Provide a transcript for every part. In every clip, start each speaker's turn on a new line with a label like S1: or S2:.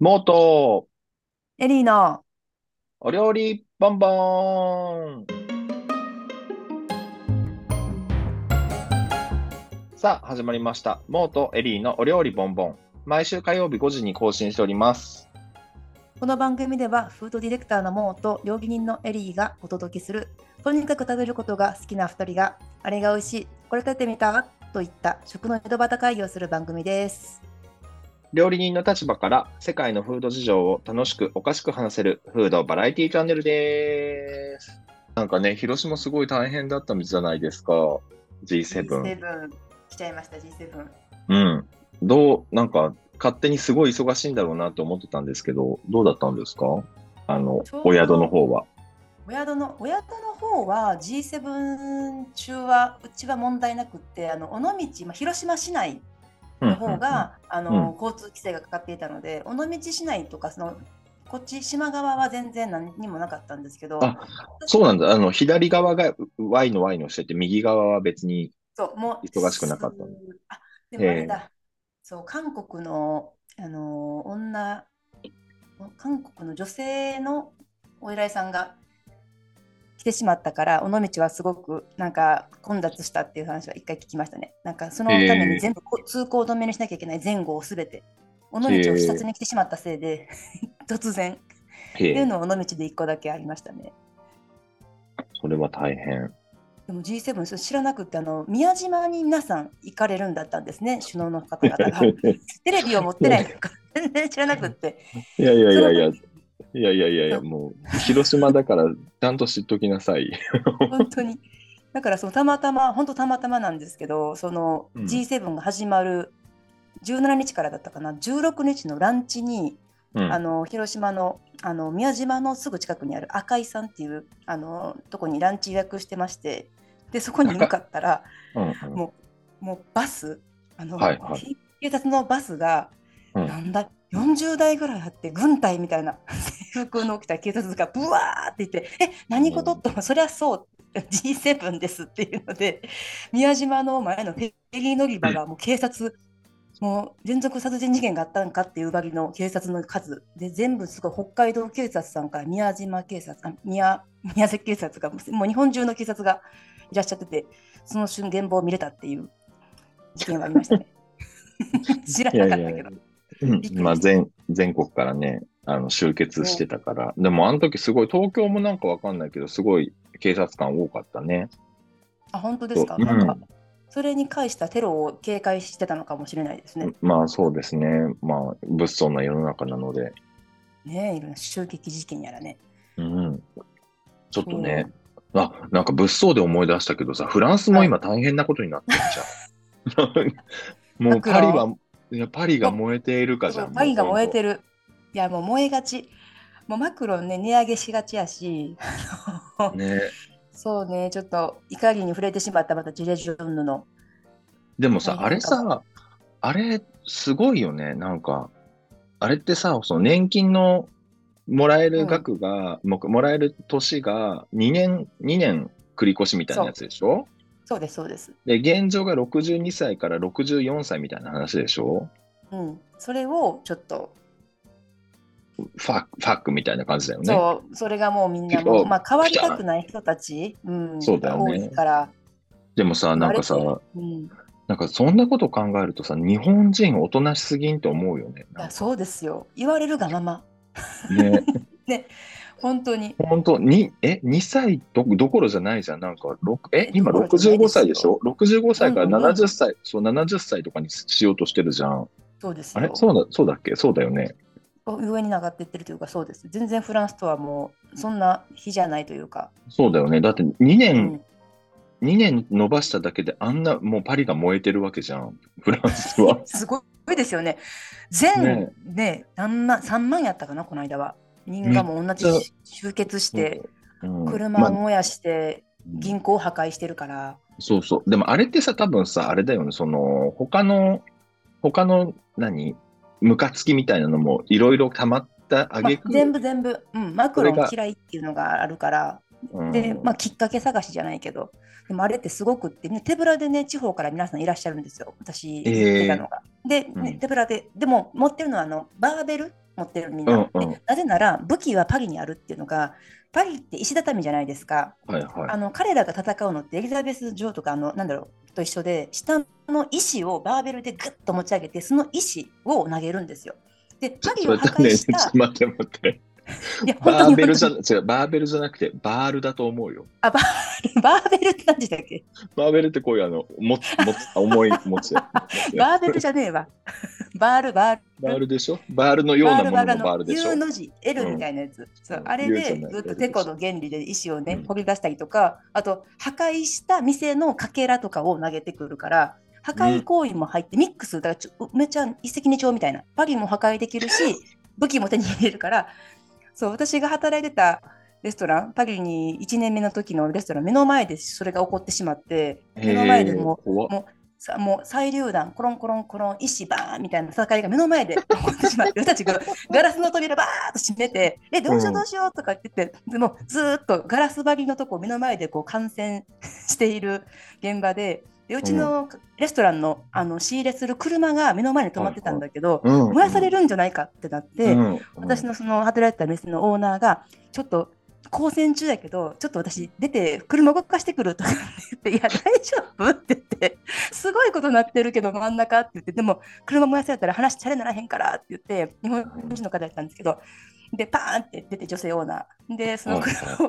S1: もっと、
S2: エリーの、
S1: お料理、ボンボーン。さあ、始まりました。モートエリーのお料理ボンボン。毎週火曜日5時に更新しております。
S2: この番組ではフードディレクターのモーと料理人のエリーがお届けする、とにかく食べることが好きな2人が、あれが美味しい、これ食べてみたといった食の井戸端会議をする番組です。
S1: 料理人の立場から世界のフード事情を楽しくおかしく話せるフードバラエティチャンネルです。なんかね、広島すごい大変だったみたいじゃないですか。G7。
S2: G7。来ちゃいました、G7。
S1: うん。どう、なんか勝手にすごい忙しいんだろうなと思ってたんですけど、どうだったんですかあの、お宿の方は。
S2: お宿のお宿の方は G7 中はうちは問題なくってあの尾道、まあ、広島市内の方が、うんうん、あの、うん、交通規制がかかっていたので尾道市内とかそのこっち島側は全然何にもなかったんですけど
S1: そうなんだあの左側が Y の Y のしてて右側は別に
S2: そうもう
S1: 忙しくなかった
S2: あでもあれだそう韓国のあの女韓国の女性のお依頼さんが来てしまったから尾道はすごくなんか混雑したっていう話は一回聞きましたねなんかそのために全部、えー、通行止めにしなきゃいけない前後をすべて尾道を視察に来てしまったせいで、えー、 突然、えー、っていうのを尾道で一個だけありましたね
S1: それは大 変
S2: でも G7 それ知らなくてあの宮島に皆さん行かれるんだったんです ね首脳の方々がテレビを持ってないとか全然知らなくて
S1: いやいやいやいやいやいやいやいや、もう、広島だから、ちゃんと知っときなさい。
S2: 本当に。だからそのたまたま、本当たまたまなんですけど、その G7 が始まる17日からだったかな、16日のランチに、うん、あの広島のあの宮島のすぐ近くにある赤井さんっていうあのとこにランチ予約してまして、でそこに向かったら、うんうん、もうもうバス、あの、はいはい、警察のバスが、うん、なんだ40代ぐらいあって軍隊みたいな 制服の着た警察がブワーって言って「え何事?」と、うん、そりゃそう G7 ですっていうので宮島の前のフェリー乗り場がもう警察、うん、もう連続殺人事件があったんかっていうばりの警察の数で全部すごい北海道警察さんから宮島警察あ宮宮崎警察がもう日本中の警察がいらっしゃっててその瞬現場を見れたっていう事件がありましたね。 知らなかったけど。いやいやいや
S1: うん、まあ全、全国からね、あの集結してたから、ね、でもあの時すごい、東京もなんかわかんないけど、すごい警察官多かったね。
S2: あ、本当ですか、うん、なんか、それに関したテロを警戒してたのかもしれないですね。
S1: まあそうですね、まあ、物騒な世の中なので。
S2: ねいろんな襲撃事件やらね。
S1: うん、ちょっとね、うん、あなんか物騒で思い出したけどさ、フランスも今大変なことになってるじゃ ん。もうパリは。いやパリが燃えているかじゃん。
S2: パリが燃えてる。いやもう燃えがち。もうマクロンね値上げしがちやし。
S1: ね。
S2: そうねちょっと怒りに触れてしまったまたジレジュンヌの。
S1: でもさあれさあれすごいよねなんかあれってさその年金のもらえる額が、うん、ももらえる年が2年2年繰り越しみたいなやつでしょ
S2: そうです、そうです。
S1: で、現状が62歳から64歳みたいな話でし
S2: ょうん。それをちょっと。
S1: ファファックみたいな感じだよね。
S2: そう、それがもうみんなもう、まあ、変わりたくない人たち、うん、
S1: そうだよね、
S2: 多いから。
S1: でもさ、なんかさ、うん、なんかそんなこと考えるとさ、日本人おとなしすぎんと思うよね。
S2: いや、そうですよ。言われるがまま。
S1: ね。
S2: ね本当に。
S1: 本当に、え、2歳どどころじゃないじゃん。なんか、え、今65歳でしょ ?65 歳から70歳、うんうん、そう、70歳とかにしようとしてるじゃん。
S2: そうです
S1: あれそうだそうだっけそうだよね。
S2: 上に上がっていってるというか、そうです。全然フランスとはもう、そんな日じゃないというか。
S1: そうだよね。だって2年、うん、2年伸ばしただけで、あんな、もうパリが燃えてるわけじゃん。フランスは。
S2: すごいですよね。全、ねね、何万、3万やったかな、この間は。人がもう同じ集結して、うんうん、車を燃やして、ま、銀行を破壊してるから、
S1: そうそうでもあれってさ多分さあれだよねその他の他の何ムカつきみたいなのもいろいろたまったあげ
S2: く、ま、全部全部、うん、マクロン嫌いっていうのがあるからで、まあ、きっかけ探しじゃないけどでもあれってすごくって、ね、手ぶらでね地方から皆さんいらっしゃるんですよ私、
S1: えー、
S2: たのが。で、ね、手ぶらで、でも持ってるのはあのバーベル持ってるみん
S1: う
S2: な。
S1: んうん
S2: でなぜなら武器はパリにあるっていうのがパリって石畳じゃないですか。
S1: はいは
S2: あの彼らが戦うのってエリザベス女王とかあのなんだろうと一緒で下の石をバーベルでグッと持ち上げてその石を投げるんですよ。で
S1: い。
S2: パリを破
S1: ね、
S2: 壊
S1: ち
S2: し
S1: ょったと待って待って。
S2: いや本当
S1: バ
S2: に
S1: ーベルじゃ
S2: 本
S1: 違うバーベルじゃなくてバールだと思うよ。
S2: 当に バーベルって何でしたっけ
S1: バーベルってこういうあの持つ持つ重い持つやつ。
S2: バーベルじゃねえわ。バールバール。
S1: バールでしょバールのようなもののバールでしょ
S2: U の字 L みたいなやつ、そうあれ
S1: U じゃ
S2: で
S1: ない
S2: ずっとテコの原理で石をね、
S1: うん
S2: 掘り出したりとかあと破壊した店のかけらとかを投げてくるから破壊行為も入ってミックスだからちょめっちゃ一石二鳥みたいなパリも破壊できるし武器も手に入れるからそう私が働いてたレストランパリに1年目の時のレストラン目の前でそれが起こってしまって目の前でもう
S1: へー怖っ
S2: さもう最流弾コロンコロンコロン石バーンみたいな戦いが目の前で 起こってしまって私たちがガラスの扉バーッと閉めて「えどうしよ
S1: うん
S2: うどうしよう」とか言ってて、でもずーっとガラス張りのとこを目の前でこう観戦している現場ででうちのレストランのあの仕入れする車が目の前に止まってたんだけど、
S1: うん
S2: 燃やされるんじゃないかってなって、
S1: うんうん
S2: 私のその働いてた店のオーナーがちょっと高専中やけどちょっと私出て車動かしてくるとか言 って「いや大丈夫?」って言って「すごいことなってるけど真ん中」って言って「でも車燃やされたら話チャレならへんから」って言って日本人の方やったんですけどでパーンって出て女性オーナーでその車を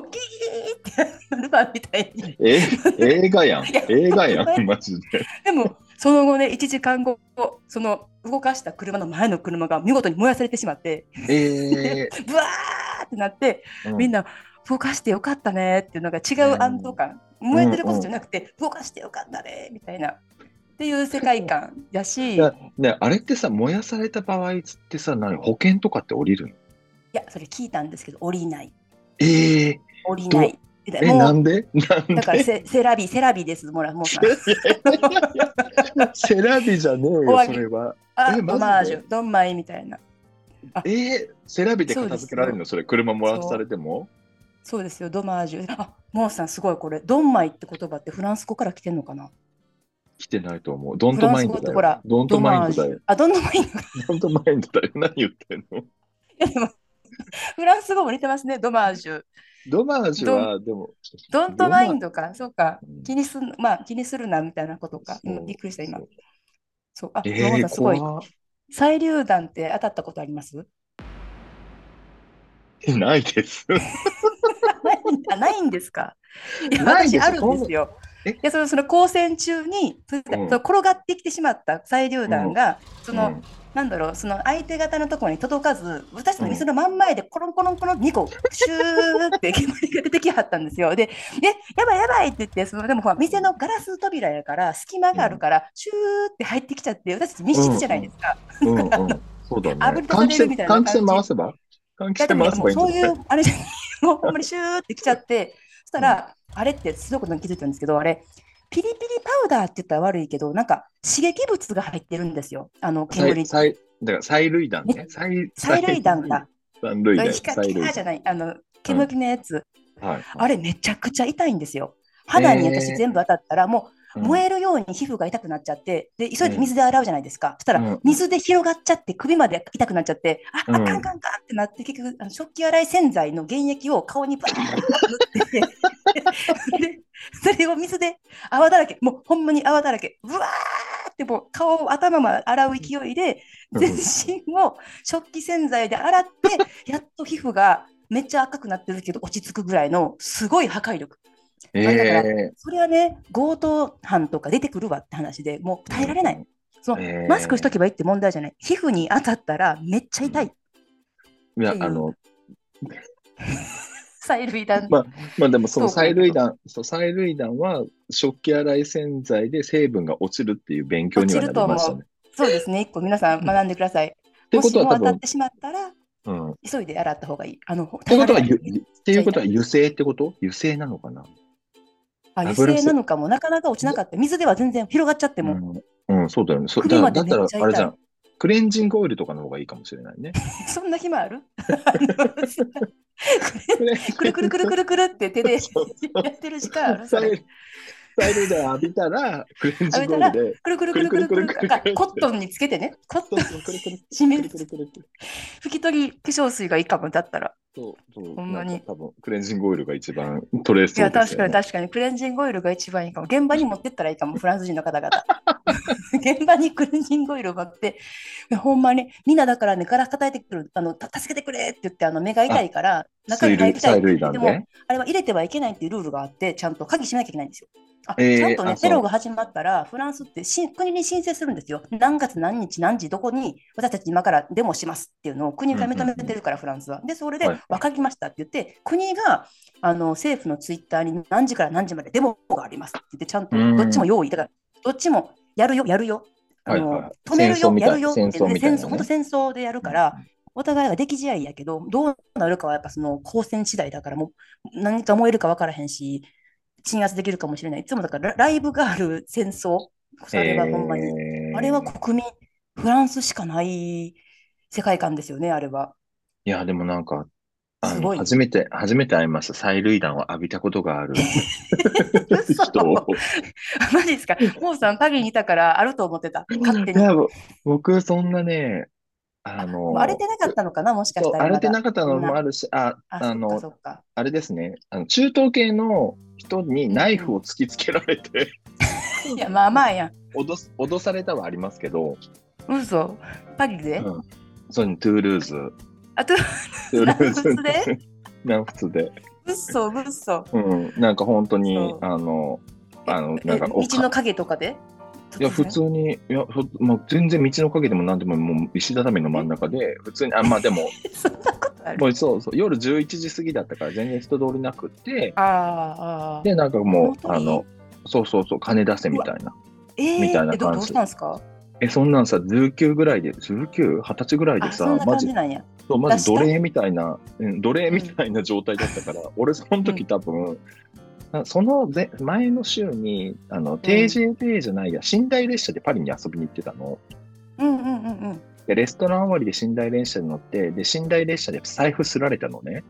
S2: ギーってルパンみたいに
S1: え映画やん
S2: いや
S1: 映画やんマジで。
S2: でもその後ね1時間後その動かした車の前の車が見事に燃やされてしまって
S1: え
S2: ブワーってなって
S1: ー
S2: みんな動かしてよかったねっていうのが違う安堵感、燃えてることじゃなくて、動かしてよかったねみたいなっていう世界観だし、
S1: い
S2: い
S1: や
S2: や
S1: ね、あれってさ燃やされた場合ってさ何保険とかって降りるの
S2: それ聞いたんですけど降りない
S1: えー、
S2: 降りない。
S1: え
S2: もう
S1: なんでなん
S2: だ
S1: で
S2: からセセラビセラビですもら もうさ
S1: セラビじゃねえ
S2: お
S1: よ
S2: 詫
S1: そ
S2: び
S1: れは
S2: あ
S1: えマジ
S2: オ
S1: で
S2: マージュドンマイみたいな
S1: えー、セラビで片付けられるのそれ車燃やされても
S2: そうですよドマージュあモーさんすごいこれドンマイって言葉ってフランス語から来てんのかな
S1: 来てないと思うドントマインドだ
S2: フラ
S1: よ
S2: ン
S1: ドント
S2: ド
S1: マイ
S2: マー
S1: ン
S2: ジ
S1: ドだよ
S2: ュあドンマインド
S1: ドントマインドだよ何言ってんの
S2: いやでも フランス語も似てますねドマージュ
S1: ドマージュはでも
S2: ドントマインドか、そうか
S1: うん、
S2: 気にすん、まあ、気にするなみたいなことか、
S1: そう
S2: 今びっくりした、今
S1: そう。
S2: そう、あ、
S1: え
S2: ロボッ
S1: ー、
S2: トすごい。
S1: 怖っ
S2: 再流弾って当たったことあります
S1: えないです。
S2: あないんですかいや、
S1: ないで
S2: 私
S1: す
S2: あるんですよ。
S1: え
S2: いや、その、その光線中に、それで
S1: うん
S2: その転がってきてしまった再流弾が、その、
S1: うん
S2: なんだろう、その相手方のところに届かず、私たちの店の真ん前でコロンコロンコロン2個、シューって煙が出てきはったんですよ。で、え、やばいやばいって言って、そのでもほら、店のガラス扉やから、隙間があるから、シューって入ってきちゃって、私たち密室じゃないですか。
S1: うんうん、そうだね。換
S2: 炙り立
S1: 気
S2: てるみ
S1: 扇
S2: たいな感
S1: 換
S2: じ
S1: 気扇回せば換
S2: いや
S1: 気
S2: で
S1: 扇
S2: も
S1: 回せば
S2: ねもう
S1: いいん
S2: そう
S1: じゃない
S2: い、
S1: う
S2: あれじゃない、もうほんまにシューってきちゃって、そしたら、あれってすごく気づいたんですけど、あれ、ピリピリパウダーって言ったら悪いけど、なんか刺激物が入ってるんですよ、あの煙
S1: 再再だから催涙弾ね。催
S2: 催涙弾だ。。
S1: 催涙弾。
S2: 光
S1: 催
S2: ピカ
S1: 涙
S2: ーじ
S1: 弾。
S2: ゃない、あの、煙のやつ、
S1: はい。
S2: あれめちゃくちゃ痛いんですよ。肌に私全部当たったら、もう燃
S1: え
S2: えるように皮膚が痛くなっちゃって、で、急いで
S1: うん
S2: 水で洗うじゃないですか。そした
S1: うん
S2: ら、水で広がっちゃって、首まで痛くなっちゃって、あ、
S1: うん
S2: あかんかんかんってなって、結局、あの食器洗い洗剤の原液を顔にバーッと塗って、 でそれを水で泡だらけ、もうほんまに泡だらけ、うわーってもう顔、頭も洗う勢いで、全身を食器洗剤で洗って、やっと皮膚がめっちゃ赤くなってるけど落ち着くぐらいのすごい破壊力。あれだか
S1: え
S2: それはね、強盗犯とか出てくるわって話でもう
S1: ー
S2: 耐えられない。。その
S1: えー
S2: マスクしとけばいいって問題じゃない。皮膚に当たったらめっちゃ痛い。
S1: いや
S2: っていう
S1: あの
S2: 催涙弾。
S1: まあまあでもその
S2: そう
S1: 催涙弾そう催涙弾は食器洗い洗剤で成分が落ちるっていう勉強にはなりましたね。
S2: そうですね。一個皆さん学んでください。
S1: って
S2: も
S1: こ
S2: し
S1: と
S2: も
S1: は多
S2: 当たっ
S1: 分
S2: てしまったら
S1: うん。っ
S2: 急いで洗った方がいい。あの
S1: てことは
S2: 耐えら
S1: ゆ
S2: れない
S1: っていうことは油性ってこと？油性なのかな？
S2: あ油性なのかもなかなか落ちなかった。水では全然広がっちゃっても。
S1: うん、うん、そうだよね。そ
S2: 首
S1: だ
S2: ま
S1: だ
S2: で
S1: った
S2: め
S1: ら
S2: っちゃ痛い
S1: あれじゃん。クレンジングオイルとかの方がいいかもしれないね。
S2: そんな暇ある
S1: く
S2: くるくるくるくるくるって手でやってる時間あるそれ。
S1: サイドで浴びたら、クレンジングオイルで、
S2: くるくるくるくるくるくるあコットンにつけてね。コットン
S1: そうそうくるくる
S2: 締め
S1: くる
S2: る
S1: くるくるくる。
S2: 拭き取り化粧水がいいかもだったら。
S1: そう、 そう、
S2: ほんまに
S1: なんか多分クレンジングオイルが一番トレース
S2: いや、確かに確かに、クレンジングオイルが一番いいかも。現場に持ってったらいいかも、フランス人の方々。現場にクレンジングオイルを買って、ほんまに、みんなだからね、ガラス叩いてくる、あのた助けてくれって言って、あの目が痛いから、中に入りたい
S1: 催
S2: って
S1: 涙弾
S2: 言っ
S1: で
S2: ても、あれは入れてはいけないっていうルールがあって、ちゃんと鍵しなきゃいけないんですよ。あ
S1: えー
S2: ちゃんと
S1: あ
S2: ね、
S1: そう
S2: テロが始まったら、フランスってし国に申請するんですよ。何月何日何時どこに私たち今からデモしますっていうのを国が認めてるから、フランスは。で、それで
S1: はい
S2: 分かりましたって言って、国があの政府のツイッターに何時から何時までデモがありますって言って、ちゃんと
S1: うん
S2: どっちも用意、だからどっちもやるよ、やるよ、あの
S1: はいはい
S2: 止める
S1: 戦争
S2: よ、
S1: みたい
S2: やるよって、
S1: 戦争みたいなね
S2: 本当戦争でやるから、お互いが出来試合やけど、どうなるかはやっぱその交戦次第だから、もう何か燃えるか分からへんし、鎮圧できるかもしれない。いつもだからラライブがある戦争、それはほんまに、
S1: えー
S2: あれは国民、フランスしかない世界観ですよね、あれは。
S1: いや、でもなんか、あ
S2: す
S1: の
S2: ごい
S1: 初めて、初めて会いました。催涙弾を浴びたことがある
S2: 嘘
S1: 人を。
S2: マジですか。モーさん、パリにいたからあると思ってた。勝手
S1: い
S2: に。
S1: や僕、そんなね、あの、
S2: 荒れてなかったのかな、もしか
S1: そ
S2: し
S1: う
S2: たら。
S1: 荒れてな
S2: か
S1: かったのもあるし、あ、あ
S2: あ、そっか
S1: の
S2: そ、っか。
S1: あれですね、あの中東系の人にナイフを突きつけられて、
S2: いや、まあまあやん。
S1: 脅す脅されたはありますけど、
S2: 嘘。パリで、
S1: うんそうねトゥールーズ、
S2: あと、
S1: トゥールーズ
S2: 南仏
S1: 南仏で、
S2: 嘘、嘘。
S1: うん、なんか本当に
S2: そう、
S1: あの、あの
S2: え
S1: なんか
S2: え
S1: お
S2: 道の影とかで
S1: いや、普通に、いや、ふもう全然道の陰でも何でも、もう石畳の真ん中で、普通に、あ、まあでも、
S2: そんなことある
S1: もうそうそう、夜11時過ぎだったから全然人通りなくて、
S2: ああああ
S1: で、なんかもう、
S2: 本当
S1: あ
S2: に
S1: の、そうそうそう、金出せみたいな。
S2: えー
S1: みたいな感じ
S2: えどどうしたんですか
S1: え、そんなんさ、19ぐらいで、19、20歳ぐらいで
S2: あ
S1: さ、
S2: そんな
S1: マ
S2: 感
S1: ジ
S2: じ、なんや
S1: そうマ
S2: 出
S1: ジ
S2: した
S1: 奴隷みたいな、うん、奴隷みたいな状態だったから、俺、その時多分、なその前前の週に、あの、定時でじゃないや、寝台列車でパリに遊びに行ってたの。
S2: うんうんうんうん
S1: で、レストラン終わりで寝台列車に乗って、で、寝台列車で財布すられたのね。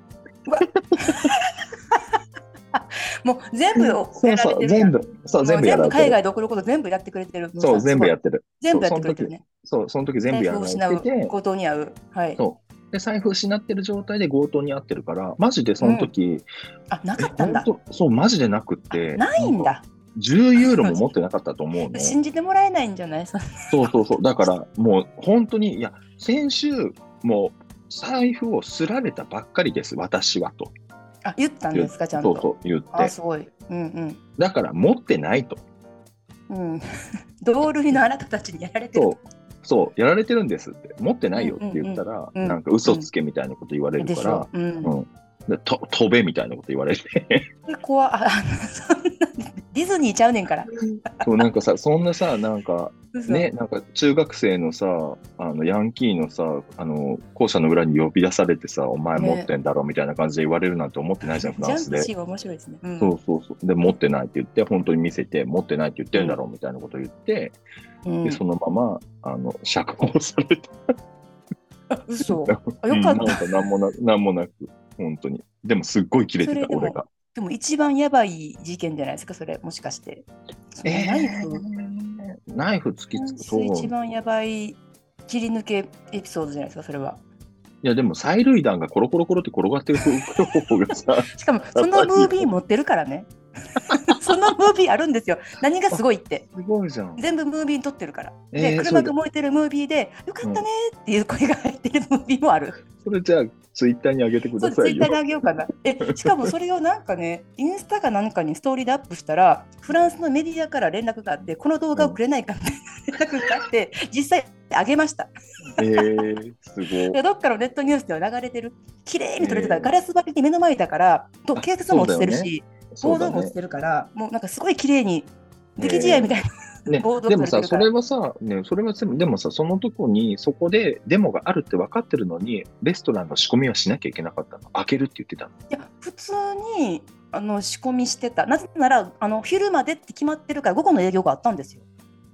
S2: もう全部を
S1: そうそう、全部、そう、全部や
S2: や
S1: ら
S2: ら
S1: れて
S2: れてるやんもう全部海
S1: る。
S2: 外で送ること全部やってくれてる
S1: そう、全部や
S2: っ
S1: ってる。
S2: 全部やってくれてるね
S1: そう、その時全部
S2: 財
S1: や
S2: 布
S1: ら
S2: を
S1: れ
S2: 失
S1: て
S2: う
S1: て、
S2: 強盗に遭うはい
S1: そうで、財布失ってる状態で強盗に遭ってるから、マジでその時、
S2: あな
S1: え
S2: かったんだ
S1: 本当そう、マジでなくって、
S2: ないん
S1: か
S2: だ
S1: 10ユーロも持ってなかったと 思うの。
S2: 信じてもらえないんじゃないそ
S1: そうそうそう、だからもう本当に、いや、先週、もう財布をすられたばっかりです、私はと。
S2: あ言ったんですかちゃん
S1: そ
S2: と
S1: うそう、言って。
S2: あすごいうん
S1: だから持ってないと。
S2: うんうん 同類のあなたたちにやられてる
S1: そう、そう、やられてるんですって、持ってないよって言ったら、
S2: うんうん
S1: なんか嘘つけみたいなこと言われる
S2: で
S1: か
S2: し
S1: ら
S2: ょ、、うん
S1: うんでと飛べみたいなこと言われて、
S2: で怖ああそんなディズニーちゃうねんから
S1: そうなんかさ、そんなさ、なんか
S2: 嘘
S1: ね、なんか中学生のさ、あのヤンキーのさ、あの校舎の裏に呼び出されてさ、お前持ってんだろみたいな感じで言われるなんて思ってないじゃん、フランスで。
S2: ジャンプシーンは面白いですね。うん
S1: そうそうそう。で、持ってないって言って、本当に見せて、持ってないって言ってるんだろうみたいなこと言って、
S2: うん
S1: で、そのまま、あの、釈放されて
S2: 嘘。あ
S1: うん
S2: よか
S1: な
S2: った。
S1: んか何もななんもなく、本当に。でもすっごい切れて
S2: そ
S1: た
S2: れ、でも
S1: 俺が。
S2: でも一番やばい事件じゃないですか、それ、もしかして。そのナイフ、
S1: えーナイフ突きつく。そう。
S2: 一
S1: い
S2: 番やばい切り抜けエピソードじゃないですか、それは。
S1: や、でも催涙弾がコロコロコロって転がってる方がさ、
S2: しかも、そのムービー持ってるからね。 そのムービーあるんですよ。何がすごいって。
S1: すごいじゃん。
S2: 全部ムービーに撮ってるから。
S1: え
S2: で、
S1: ー
S2: 車が燃えてるムービーで、よかったねーっていう声が入ってるムービーもある。
S1: それじゃあ、ツイッターに上げてく
S2: そ
S1: だ
S2: うツ
S1: さ
S2: イ
S1: い
S2: ッター
S1: よ。
S2: であげようかな。えしかもそれをなん かね、インスタかなんかにストーリーでアップしたら、フランスのメディアから連絡があって、この動画をくれないかみたいな連絡があって、実際あげました。
S1: えー、すごい。
S2: でどっかのネットニュースでは流れてる、綺麗に撮れて
S1: え
S2: た、
S1: ー
S2: ガラス張りに目の前だから、と
S1: あ
S2: 警察も落ちてる
S1: そうだ
S2: し、
S1: そ
S2: ボ
S1: う
S2: ード
S1: だ
S2: も落
S1: ね
S2: ち。てるから、もうなんかすごい綺麗に、出来試合みたいな、
S1: ね
S2: 暴、動
S1: でもさ、そ
S2: されて
S1: れ
S2: る
S1: はさ、ね、それはでもでもさ、そのとこに、そこでデモがあるって分かってるのに、レストランの仕込みはしなきゃいけなかったの。開けるって言ってたの。
S2: いや普通にあの仕込みしてた、なぜならあの昼までって決まってるから、午後の営業があったんですよ。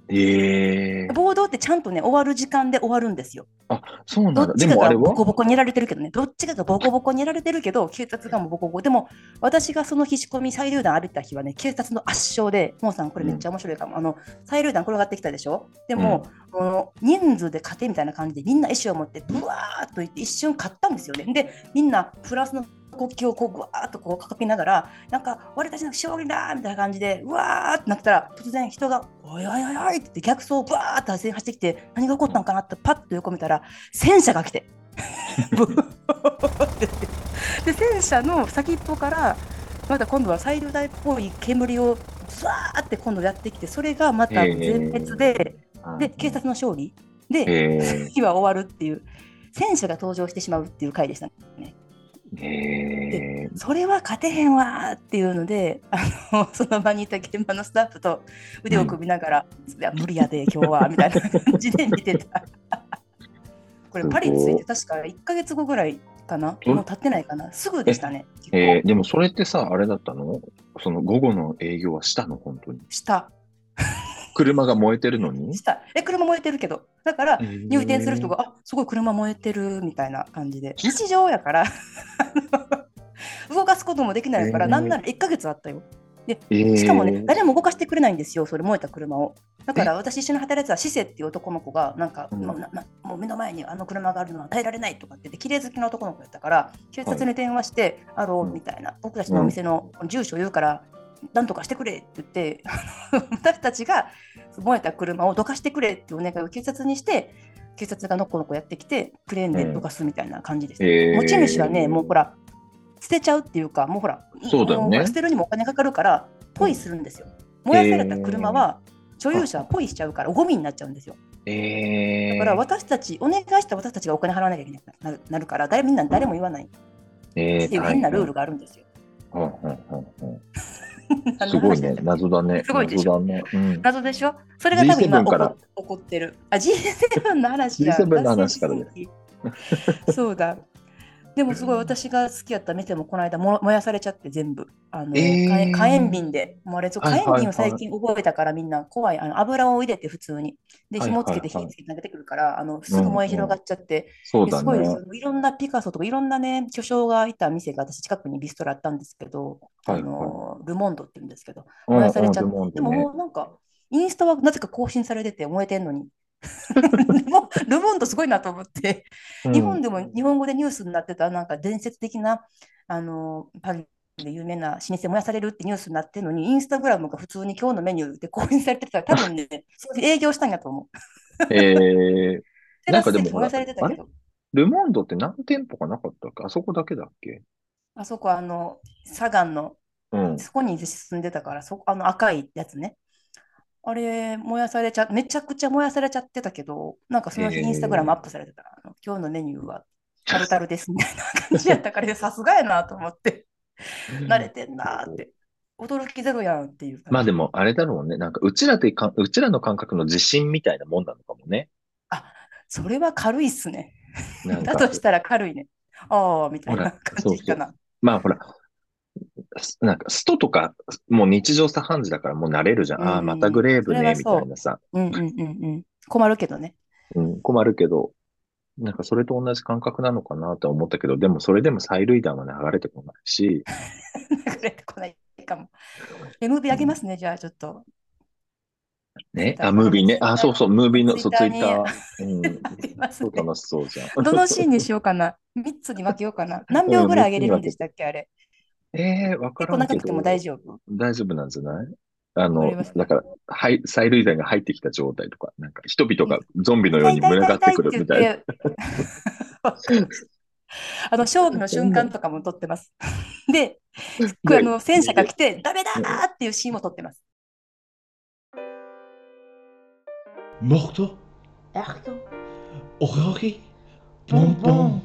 S1: ええ
S2: 暴動ってちゃんとね、終わる時間で終わるんですよ。
S1: あ、そう
S2: ど
S1: なんだ。
S2: っ
S1: で
S2: ちか
S1: もあ
S2: が
S1: れ
S2: ボコ
S1: は
S2: ボコにやられてるけどね、どっちかがボコボコにやられてるけど、警察がもうボコボコ。でも、私がそのひしこみ催涙弾歩いた日はね、警察の圧勝で、もうさん、これめっちゃ面白いかも。あの、催涙弾転がってきたでしょでも、この人数で勝てみたいな感じで、みんな意思を持って、ブワーっといって、一瞬勝ったんですよね。で、みんなフランスの国旗をこう、ぐわーっとこう、掲げながら、なんか、俺たちの勝利だーみたいな感じで、うわーってなったら、突然人が、おいおいおいおいって逆走をぶわーって走ってきて、何が起こったんかなって、パッと横見たら、戦車が来て、ブーってで、戦車の先っぽから、また今度は催涙弾っぽい煙を、ずわーって今度やってきて、それがまた全滅で、で、警察の勝利で、
S1: え
S2: 火は終わるっていう、戦車が登場してしまうっていう回でしたね。
S1: ええ
S2: それは勝てへんわーっていうのであの その場にいた現場のスタッフと腕を組みながら「いや無理やで今日は」みたいな感じで見て たこれパリに着いて確か1か月後ぐらいかな
S1: うん
S2: もう経ってないかなすぐでしたね結構、
S1: えーでもそれってさ、あれだったのその午後の営業はしたの本当に。
S2: した
S1: 車が燃えてるのに
S2: したえ車燃えてるけどだから入
S1: 入
S2: 店する人が「あすごい車燃えてる」みたいな感じで日常やから 動かすこともできないから、
S1: へー
S2: なんなら1か月あったよ
S1: えー
S2: しかもね、誰も動かしてくれないんですよ、それ燃えた車を。だから私一緒に働いてたシセっていう男の子が、なんか、
S1: うん
S2: もうななもう目の前にあの車があるのは耐えられないとかって言って、綺麗好きな男の子やったから、警察に電話して、あの、
S1: うん
S2: みたいな、僕たちのお店の住所言うから、なんとかしてくれって言って、 私たちが燃えた車をどかしてくれってお願いを警察にして、警察がのこのこやってきて、クレーンでどかすみたいな感じです。
S1: えー
S2: 持ち主はね、もうほら、捨てちゃうっていうか、もうほら、
S1: そうだよね
S2: もほら捨てるにもお金かかるから、ポイするんですよ。燃やされた車は、所有者はポイしちゃうから、ゴミになっちゃうんですよ。
S1: え
S2: だ
S1: ー
S2: から私たち、お願いした私たちがお金払わなきゃいけなくなるなるから、誰みんな誰も言わないっ
S1: え
S2: ていう変なルールがあるんですよ。
S1: 大変うんうんうんうん
S2: あの
S1: すごい
S2: 話
S1: ね
S2: だ。けど
S1: 謎だね。
S2: すごいでしょ
S1: 謎だね。うん
S2: 謎でしょそれが多分今
S1: G7
S2: 起
S1: から
S2: こ起こってる。あ、G7 の話や。
S1: G7 の話からね
S2: 私。そうだ。でもすごい私が好きやった店もこの間も燃やされちゃって全部あの、
S1: えー
S2: 火炎火炎瓶で燃われそう
S1: はいはい
S2: 火炎瓶を最近覚えたからみんな怖いあの油を入れて普通にで
S1: はい
S2: 紐つけて
S1: はいは
S2: 火
S1: い
S2: つけて投げてくるからあのすぐ燃え広がっちゃって
S1: そう
S2: で
S1: だ
S2: すごいです
S1: ね
S2: よ。いろんなピカソとかいろんなね巨匠がいた店が私近くにビストラあったんですけど、
S1: はい
S2: あのルモンドって言うんですけど
S1: うん
S2: 燃やされちゃっ
S1: う
S2: て
S1: ん、
S2: で
S1: ルモンドね
S2: もなんか、インスタはなぜか更新されてて燃えてんのに。 ルモンルモンドすごいなと思って、
S1: うん
S2: 日本でも日本語でニュースになってた、なんか伝説的な、あのパリで有名な老舗燃やされるってニュースになってるのに、インスタグラムが普通に今日のメニューで更新されてたら、多 分ね、それで営業したんやと思う。
S1: えーなんかでもほ
S2: 燃
S1: ら
S2: やされてたけど、
S1: ルモンドって何店舗かなかったっけあそこだけだっけ
S2: あそこ、あの、サガンの、
S1: うん。
S2: そこに住んでたから、そこあの赤いやつね。あれ、燃やされちゃ、めちゃくちゃ燃やされちゃってたけど、なんかその日
S1: へえ
S2: インスタグラムアップされてた。あの今日のメニューはタルタルですみたいな感じやったから、さすがやなと思って、慣れてんなーって。驚きゼロやんっていう感じ。
S1: まあでも、あれだろうね。なんか、うちらってかん、うちらの感覚の自信みたいなもんなのかもね。
S2: それは軽いっすね。
S1: なん
S2: だ
S1: か、
S2: としたら軽いね。ああ、みたい
S1: ほ
S2: な
S1: ら
S2: 感じかな。
S1: まあほら、すなんか、ストとか、もう日常茶飯事だからもう慣れるじゃん。
S2: うん
S1: ああ、またグレーブ
S2: それ
S1: ね、
S2: は
S1: み
S2: そう
S1: たいなさ。
S2: うんうんうんうん。困るけどね。
S1: うん、困るけど、なんかそれと同じ感覚なのかなとは思ったけど、でもそれでも催涙弾は流れてこないし、
S2: 流れてこないかも。MV あげますね、じゃあちょっと。
S1: ね、
S2: Twitter
S1: あ、ムービーね。あ、そうそう、ムービーの、そう、ツイ
S2: Twitter
S1: ッ
S2: に
S1: ター。うん。
S2: あ げます
S1: そう
S2: ね。
S1: 楽しそうじゃん。
S2: どのシーンにしようかな ?3 つに分けよう かな何秒ぐらい上げれるんでしたっけあれ。
S1: ええわか
S2: 結
S1: ら
S2: 構
S1: んけ
S2: 長
S1: ど
S2: くても大丈夫。
S1: 大丈夫なんじゃないあ
S2: わか
S1: の
S2: りまし、た
S1: だから、はい、催涙弾が入ってきた状態とか、なんか人々がゾンビのように群がってくるみたいな。
S2: 痛痛痛いって言って。 あの勝負の瞬間とかも撮ってます。 で、あ
S1: ね
S2: の戦車が来て、ダメだーっていうシーンも撮ってます。
S3: Morto,
S4: Achtung,
S3: Orori, Bonbon.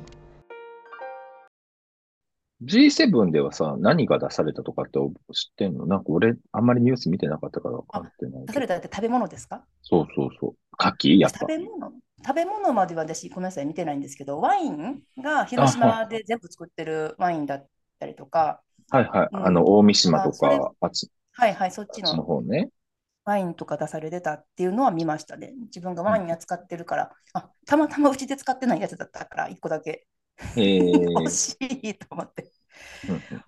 S1: G7 ではさ、何が出されたとかって知ってんのなんか俺、あんまりニュース見てなかったから分かってない
S2: 出
S1: け
S2: さ
S1: ど
S2: れ。たって食べ物ですか
S1: そうそうそう。牡蠣やっぱ
S2: 食。べ物食べ物までは私、ごめんなさい、見てないんですけど、ワインが広島で全部作ってるワインだったりとか、
S1: はいはい。
S2: うん
S1: あの、大三島と
S2: あそれ
S1: か、あっち
S2: はいはい、そっち
S1: あっちの
S2: の
S1: 方ね。
S2: ワインとか出されてたっていうのは見ましたね。自分がワイン扱ってるから、あたまたまうちで使ってないやつだったから、1個だけ。
S1: ええ
S2: 欲しいと思って。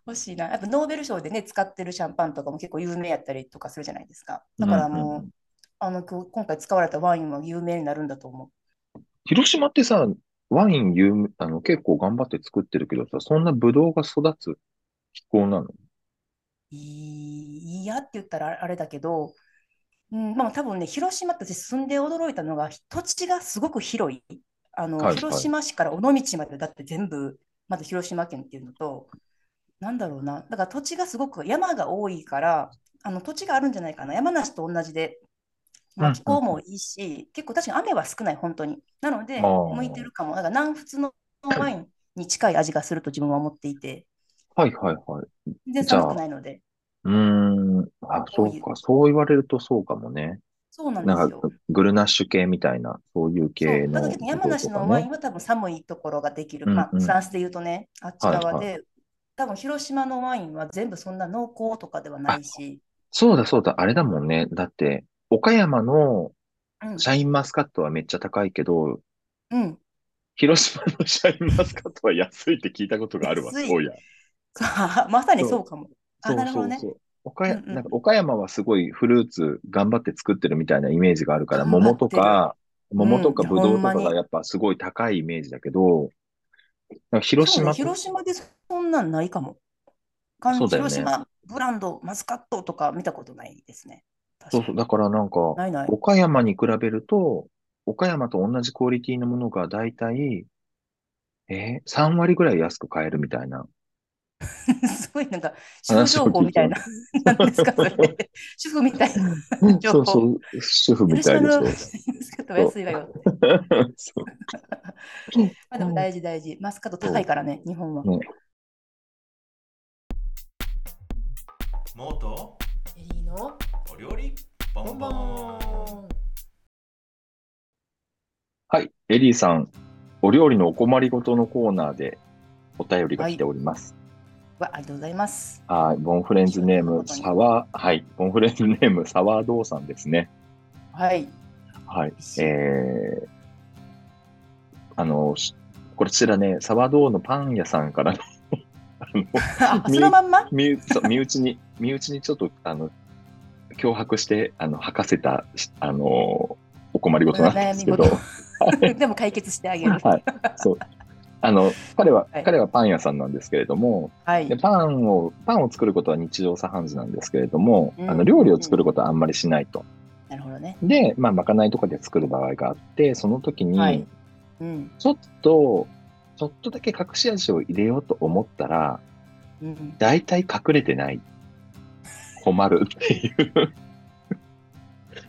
S2: 欲しいな。やっぱノーベル賞でね、使ってるシャンパンとかも結構有名やったりとかするじゃないですか。だからもう、
S1: うんうん
S2: あの今日今回使われたワインは有名になるんだと思う。
S1: 広島ってさ、ワイン有名あの結構頑張って作ってるけどさ、そんなブドウが育つ気候なの
S2: いいやって言ったらあれだけど、うん、まあ多分ね、広島って私住んで驚いたのが、土地がすごく広い。あの、
S1: はいはい
S2: 広島市から尾道までだって全部、まず広島県っていうのと、なんだろうな、だから土地がすごく山が多いから、あの土地があるんじゃないかな、山梨と同じで、ま
S1: う
S2: あ、
S1: ん
S2: 気候もいいし、結構確かに雨は少ない、本当に。なので、
S1: あー
S2: 向いてるかも。だから南仏のワインに近い味がすると自分は思っていて、
S1: はいはいはい。
S2: で、
S1: じゃあ
S2: 寒くないので。
S1: うーん。あ、
S2: こ
S1: そう
S2: いう
S1: うか。そう言われるとそうかもね。
S2: そうなんで
S1: な
S2: す
S1: ん
S2: よ
S1: か。、グルナッシュ系みたいな、そういう系
S2: そうだ
S1: の
S2: から
S1: ブドウ
S2: 山梨
S1: とか
S2: の
S1: ね
S2: ワインは多分寒いところができ
S1: う
S2: る、
S1: んうん
S2: まあ、フランスで言うとね、あっち側
S1: はい
S2: で、多分広島のワインは全部そんな濃厚とかではないし、
S1: そうだそうだ。あれだもんね。だって、岡山の
S2: うん
S1: シャインマスカットはめっちゃ高いけど、
S2: うん、
S1: 広島のシャインマスカットは安いって聞いたことがあるわ。
S2: 安い
S1: そういや。
S2: そうまさにそうかも。あ
S1: そう
S2: なるほどね
S1: そうそう。岡や
S2: うんうん
S1: なんか岡山はすごいフルーツ頑張って作ってるみたいなイメージがあるから、
S2: 頑張
S1: 桃
S2: ってる
S1: とか、桃とか
S2: うん
S1: ブドウと
S2: ほ
S1: か
S2: んま
S1: が
S2: に
S1: やっぱすごい高いイメージだけど、なんか広
S2: そうね
S1: 島と、
S2: 広島でそんなんないかも。かん
S1: そうだよね
S2: 広島ブランド、マスカットとか見たことないですね。確か
S1: そ
S2: に
S1: うそう、だからなんか、
S2: ないない。
S1: 岡山に比べると、岡山と同じクオリティのものがだいたい、えー、3割ぐらい安く買えるみたいな。
S2: すごいなんか、主婦
S1: 話を
S2: 情報
S1: 聞い
S2: みた
S1: て
S2: いな。なんですか、それ。 主婦みたいな。 情
S1: そ
S2: 報
S1: うそう、主婦み
S2: 広
S1: た
S2: 島
S1: いでしょ。
S2: の マスカットは安いわよって。
S1: そう
S2: まあでも大事大事。マスカット高いからね、日本は。
S1: ね
S3: もっと
S2: エリーの
S3: お料理ボンボン
S1: はい、エリーさん、お料理のお困りごとのコーナーでお便りが来ております。
S2: わありがとうございます。
S1: はい、ボンフレンズネーム、
S2: そういうことね
S1: サワー、はい、ボンフレンズネーム、サワードーさんですね。
S2: はい。
S1: はい、
S2: し
S1: えー、あの、しこちらね、サワードーのパン屋さんからのあの
S2: あそのまんま
S1: 身内そう身内に、身内にちょっと、あの、脅迫して、あの、吐かせた、しあの、お困りごとなんですけど
S2: お悩み。 でも解決してあげ
S1: は
S2: る。
S1: い、そう。あの、彼は、
S2: はい
S1: 彼はパン屋さんなんですけれども、
S2: はい
S1: で。パンを、パンを作ることは日常茶飯事なんですけれども、
S2: うん
S1: あの料理を作ることはあんまりしないと。
S2: なるほどね。
S1: で、まあ、まかないとかで作る場合があって、その時に、
S2: はいうん。
S1: ちょっと、ちょっとだけ隠し味を入れようと思ったら、
S2: うん、
S1: 大体隠れてない。困るって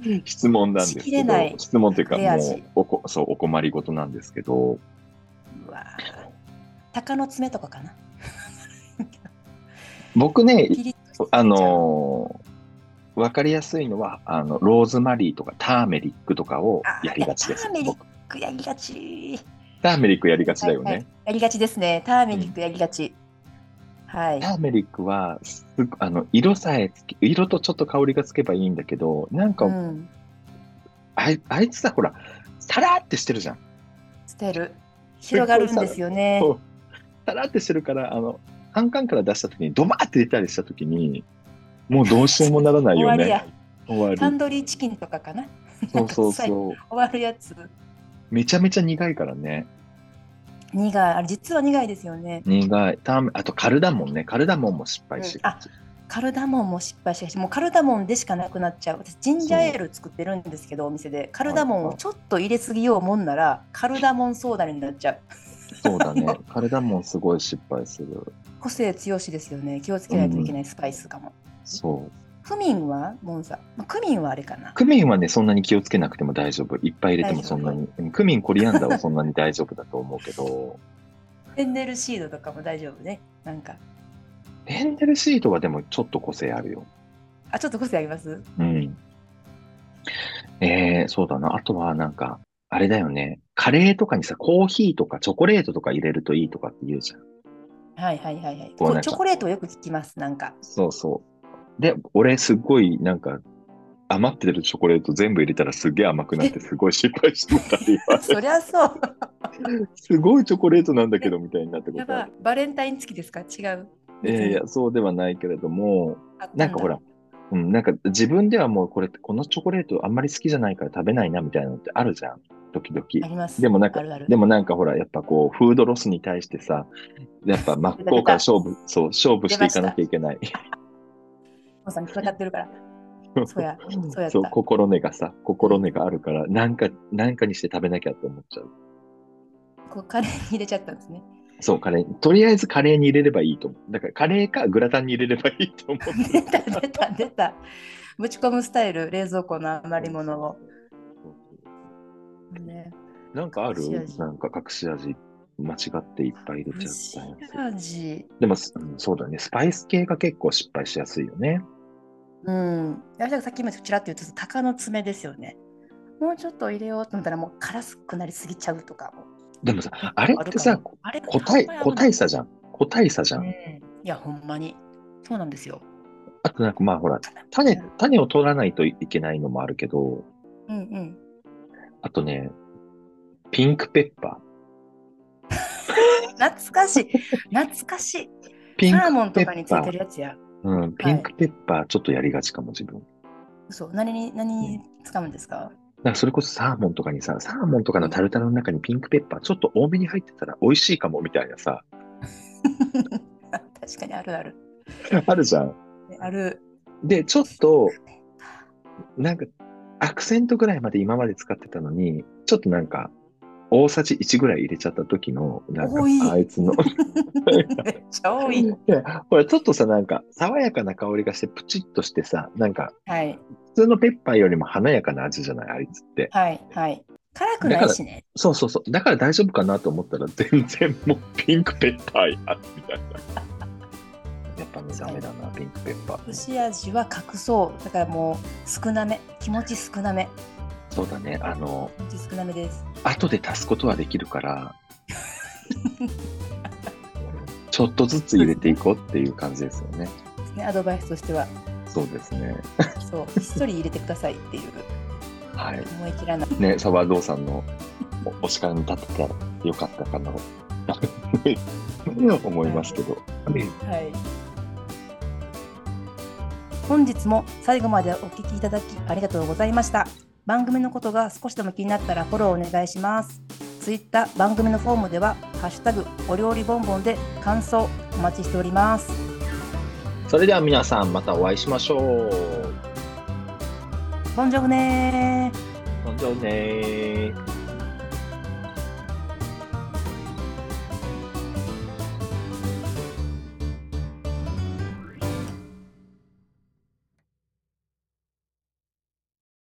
S1: いう質問なんです
S2: しき
S1: け
S2: れない
S1: ど、質問というか、
S2: 隠れ
S1: も
S2: 味
S1: うおこ、そう、お困りごとなんですけど、
S2: うわー鷹の爪とかかな。
S1: 僕ね、
S2: ピリッとして
S1: あのー、わかりやすいのは、あの、ローズマリーとかターメリックとかをやりがちです
S2: あ。ターメリッ
S1: 僕
S2: クやりがち。
S1: ターメリックやりがちだよね。
S2: はいはいやりがちですね。ターメリックやりがち。はい
S1: タ。ーメリックはすっあの、色さえつき、色とちょっと香りがつけばいいんだけど、なんか、
S2: うん。
S1: あいあいつさ、ほら、さらってしてるじゃん。
S2: 捨てる。広がるんですよね。
S1: そうさらってしてるから、あの、カンカンから出した時に、ドバーって出たりした時に、もうどうしようもならない
S2: 終
S1: よ
S2: わり
S1: ね。
S2: や。
S1: 終わり。
S2: タンドリーチキンとかかな。
S1: そうそう
S2: 最
S1: そう。
S2: 終わるやつ。
S1: めちゃめちゃ苦いからね。
S2: 苦い。あれ実は苦いですよね。
S1: 苦い。ターメあとカルダモンね。カルダモンも失敗してる
S2: うんあカルダモンも失敗したし、もうカルダモンでしかなくなっちゃう。私、ジンジャーエール作ってるんですけど、お店で。カルダモンをちょっと入れすぎようもんなら、カルダモンソーダになっちゃう。
S1: そうだ ね。カルダモンすごい失敗する。
S2: 個性強しですよね。気をつけないといけないスパイスかも。
S1: そう。
S2: クミンはモンサ。まあクミンはあれかな。
S1: クミンはね、そんなに気をつけなくても大丈夫。いっぱい入れても
S2: 大
S1: そ
S2: 丈
S1: ん
S2: 夫
S1: なに。うんクミン、コリアンダーはそんなに大丈夫だと思うけ ど、
S2: フェンネルシードとかも大丈夫ね。なんか。
S1: レンデルシートはでもちょっと個性あるよ。
S2: あ、ちょっと個性あります
S1: うん。えー、そうだな。あとはなんか、あれだよね。カレーとかにさ、コーヒーとかチョコレートとか入れるといいとかって言うじゃん。
S2: はいはいはいはい。
S1: こうなんか
S2: チョコレートをよく聞きます。なんか。
S1: そうそう。で、俺すっごいなんか、余ってるチョコレート全部入れたらすげえ甘くなってすごい失敗してた り
S2: そりゃそう。
S1: すごいチョコレートなんだけどみたいになってこ
S2: や
S1: とあ
S2: ば
S1: る。
S2: バレンタイン付きですか違う。
S1: いやいや、そうではないけれども、
S2: あっただ
S1: なんかほら。、うん、なんか自分ではもうこれ、このチョコレートあんまり好きじゃないから食べないなみたいなのってあるじゃん、時々。
S2: あります。
S1: でもなんか
S2: あるある
S1: でもなんかほら、やっぱこう、フードロスに対してさ、やっぱ真っ向から勝負、そう、勝負していかなきゃいけない。
S2: お父さんに語ってるから。そうや、そうやった
S1: そう、心根がさ、心根があるから、なんか、なんかにして食べなきゃって思っちゃう。
S2: こうカレーに入れちゃったんですね。
S1: そう、カレー、とりあえずカレーに入れればいいと思う。だからカレーかグラタンに入れればいいと思う。
S2: 出 た出た出た。ぶち込むスタイル、冷蔵庫の余り物を。ね、
S1: なんかある
S2: 隠し味
S1: なんか隠し味、間違っていっぱい入れ
S2: 蒸
S1: ち
S2: し
S1: ゃったやつ。
S2: 味。
S1: でも、すうんそうだね、スパイス系が結構失敗しやすいよね。
S2: うん。あれさっきもちらっと言ってた鷹の爪ですよね。もうちょっと入れようと思ったらもう辛くなりすぎちゃうとかも。
S1: でもさ、あれってさ、
S2: あれ
S1: 個体、個体差じ
S2: ゃ
S1: ゃん。個体差じゃん。
S2: いやほんまにそうなんですよ。
S1: あとなんかまあほら、種、種を取らないといけないのもあるけど、
S2: うんうん。
S1: あとね、ピンクペッパ
S2: 懐かしい懐かしい。
S1: ー。ピン
S2: サーモン
S1: クペ
S2: とかに
S1: ッ
S2: つ
S1: パ
S2: いて
S1: ー。
S2: るやつや。
S1: うん、ピンクペッパー、ちょっとやりがちかも、自分。
S2: そう何に何に使うんですか。
S1: なんかそれこそサーモンとかにさ、サーモンとかのタルタルの中にピンクペッパー、ちょっと多めに入ってたら美味しいかもみたいなさ、
S2: 確かにあるある。
S1: あるじゃん。
S2: ある。
S1: で、ちょっと、なんか、アクセントぐらいまで今まで使ってたのに、ちょっとなんか、大さじ1ぐらい入れちゃった時の、なんか
S2: 多い、
S1: あいつの、
S2: めっちゃ多い。
S1: でほら、ちょっとさ、なんか、爽やかな香りがして、プチッとしてさ、なんか、
S2: はい
S1: 普通のペッパーよりも華やかな味じゃない、あいつって。
S2: はいはい。辛くないしね。
S1: そうそうそう。だから大丈夫かなと思ったら、全然もうピンクペッパーや、みたいな。やっぱね、ダメだな、ピンクペッパー。
S2: 蒸し味は隠そう。だからもう少なめ。気持ち少なめ。
S1: そうだね、あの、
S2: 気持ち少なめです。
S1: 後で足すことはできるから、ちょっとずつ入れていこうっていう感じですよね。
S2: ね、アドバイスとしては、
S1: そうですね。
S2: そう、ひっそり入れてくださいっていう、
S1: はい。
S2: 思い切らない。
S1: ね、サバードーさんのおお力に立てたらよかったかな思いますけど。
S2: はい。本日も最後までお聞きいただきありがとうございました。番組のことが少しでも気になったらフォローお願いします。ツイッター番組のフォームでは、ハッシュタグお料理ボンボンで感想お待ちしております。
S1: それでは皆さんまたお会いしましょう。
S2: ボンジョブねー。
S1: 本当ねー。